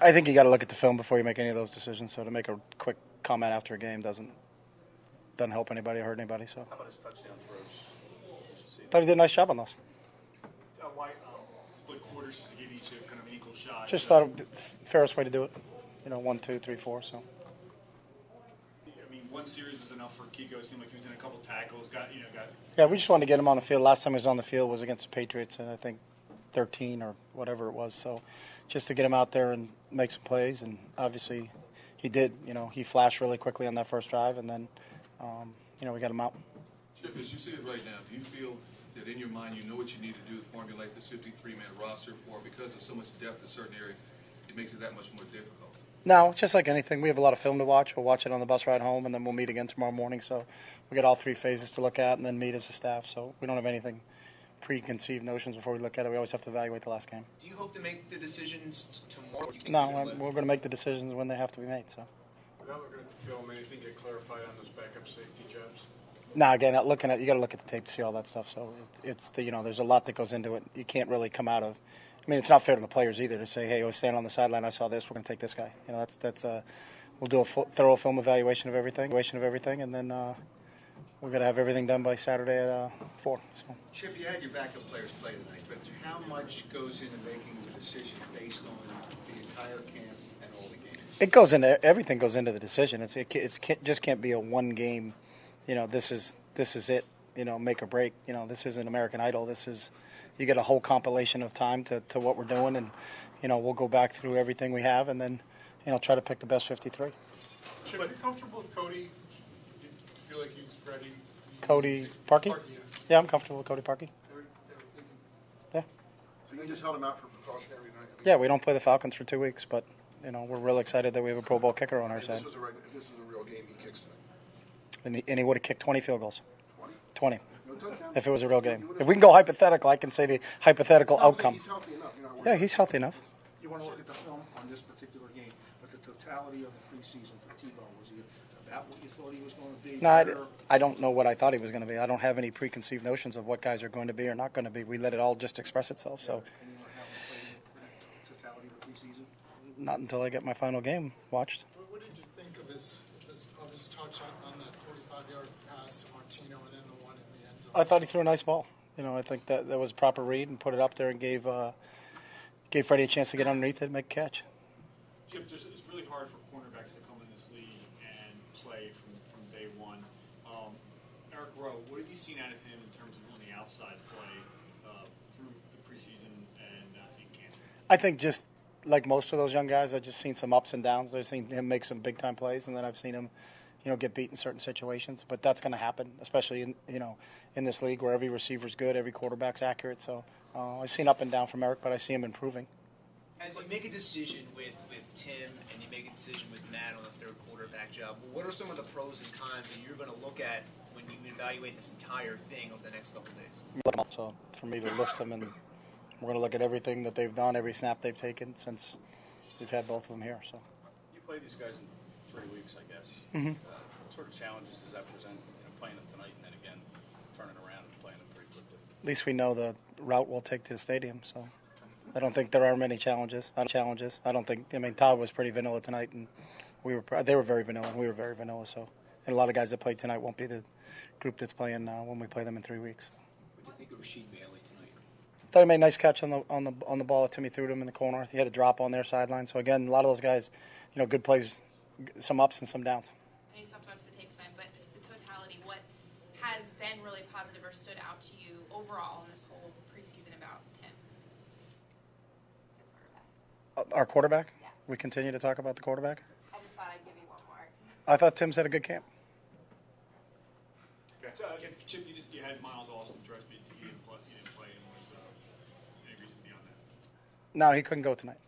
I think you got to look at the film before you make any of those decisions. So to make a quick comment after a game doesn't doesn't help anybody or hurt anybody. So How about his touchdown throws? thought he did a nice job on those. Uh, why uh, split quarters to give each a kind of equal shot? Just thought it the fairest way to do it. You know, one, two, three, four. So I mean, one series was enough for Kiko. It seemed like he was in a couple tackles. Got you know got yeah, we just wanted to get him on the field. Last time he was on the field was against the Patriots, and I think 13 or whatever it was. So just to get him out there and make some plays, and obviously he did. You know, he flashed really quickly on that first drive, and then um, you know we got him out. Chip, as you see it right now, do you feel that in your mind you know what you need to do to formulate this 53-man roster for? Because of so much depth in certain areas, it makes it that much more difficult. No, it's just like anything. We have a lot of film to watch. We'll watch it on the bus ride home, and then we'll meet again tomorrow morning. So we got all three phases to look at, and then meet as a staff. So we don't have anything preconceived notions before we look at it. We always have to evaluate the last game. Do you hope to make the decisions t- tomorrow? Or do you think No, you're gonna I- let- we're going to make the decisions when they have to be made. So. Without looking at the film, anything get clarified on those backup safety jobs? No, again, not looking at you got to look at the tape to see all that stuff. So it, it's the you know there's a lot that goes into it. You can't really come out of. I mean, it's not fair to the players either to say, "Hey, I was standing on the sideline. I saw this. We're going to take this guy." You know, that's that's uh, we'll do a full, thorough film evaluation of everything, evaluation of everything, and then uh, we're going to have everything done by Saturday at uh, four. So Chip, you had your backup players play tonight, but how much goes into making the decision based on the entire camp and all the games? it goes into everything goes into the decision. It's it, ca- it's can't, just can't be a one game. You know, this is this is it. You know, make or break. You know, this isn't American Idol. This is you get a whole compilation of time to, to what we're doing, and you know we'll go back through everything we have, and then you know try to pick the best fifty three. Chip, are you comfortable with Cody? Do you feel like he's ready? Cody Parkey. yeah. Yeah, I'm comfortable with Cody Parkey. Yeah, So you just held him out for precautionary night? I mean, yeah. We don't play the Falcons for two weeks, but you know we're real excited that we have a Pro Bowl kicker on our If this side, was a, reg- if this was a real game, he kicks tonight. and he, and he would have kicked twenty field goals. 20? Twenty. No touchdown? If it was a real You game, would've- if we can go hypothetical, I can say the hypothetical No, I'm saying outcome. He's healthy enough. You're not worried Yeah, about he's it. healthy enough. You want to look at the film on this particular game, but the totality of the preseason for Tebow, was he about what you thought he was going to be? No, I, Or- I don't know what I thought he was going to be. I don't have any preconceived notions of what guys are going to be or not going to be. We let it all just express itself. So And you know how he played in the totality of the preseason? not until I get my final game watched. What, what did you think of his, his of his touch on, on that 45-yard pass to Martino and then the one in the end zone? I thought he threw a nice ball. You know, I think that that was a proper read and put it up there and gave uh, gave Freddie a chance to get underneath it and make a catch. Chip, there's, it's really hard for cornerbacks to come in this league and play from, from day one. Um, Eric Rowe, what have you seen out of him in terms of on the outside play uh, through the preseason and uh, in camp? I think just like most of those young guys, I've just seen some ups and downs. I've seen him make some big time plays, and then I've seen him, you know, get beat in certain situations. But that's going to happen, especially in you know in this league where every receiver's good, every quarterback's accurate. So uh, I've seen up and down from Eric, but I see him improving. As you make a decision with, with Tim and you make a decision with Matt on the third quarterback job, what are some of the pros and cons that you're going to look at when you evaluate this entire thing over the next couple of days? So for me to list them, and we're going to look at everything that they've done, every snap they've taken since we've had both of them here. So. You play these guys in three weeks, I guess. Mm-hmm. Uh, what sort of challenges does that present? You know, playing them tonight and then again turning around and playing them pretty quickly. at least we know the route we'll take to the stadium. So I don't think there are many challenges. I don't, challenges. I don't think. I mean, Todd was pretty vanilla tonight, and we were. pr- They were very vanilla, and we were very vanilla. So, and a lot of guys that played tonight won't be the group that's playing uh, when we play them in three weeks. What do you think of Rasheed Bailey tonight? I thought he made a nice catch on the on the on the ball that Timmy threw to him in the corner. He had a drop on their sideline. So again, a lot of those guys, you know, good plays, g- some ups and some downs. I know you stopped to watch the tape tonight, but just the totality, what has been really positive or stood out to you overall in this whole preseason about Tim? Uh, Our quarterback. Yeah. We continue to talk about the quarterback. I just thought I'd give you one more. I thought Tim's had a good camp. So, uh, Chip, Chip, you, just, you had Miles Austin dressed, but you didn't play. You didn't play and was, uh, any reason beyond that? No, he couldn't go tonight.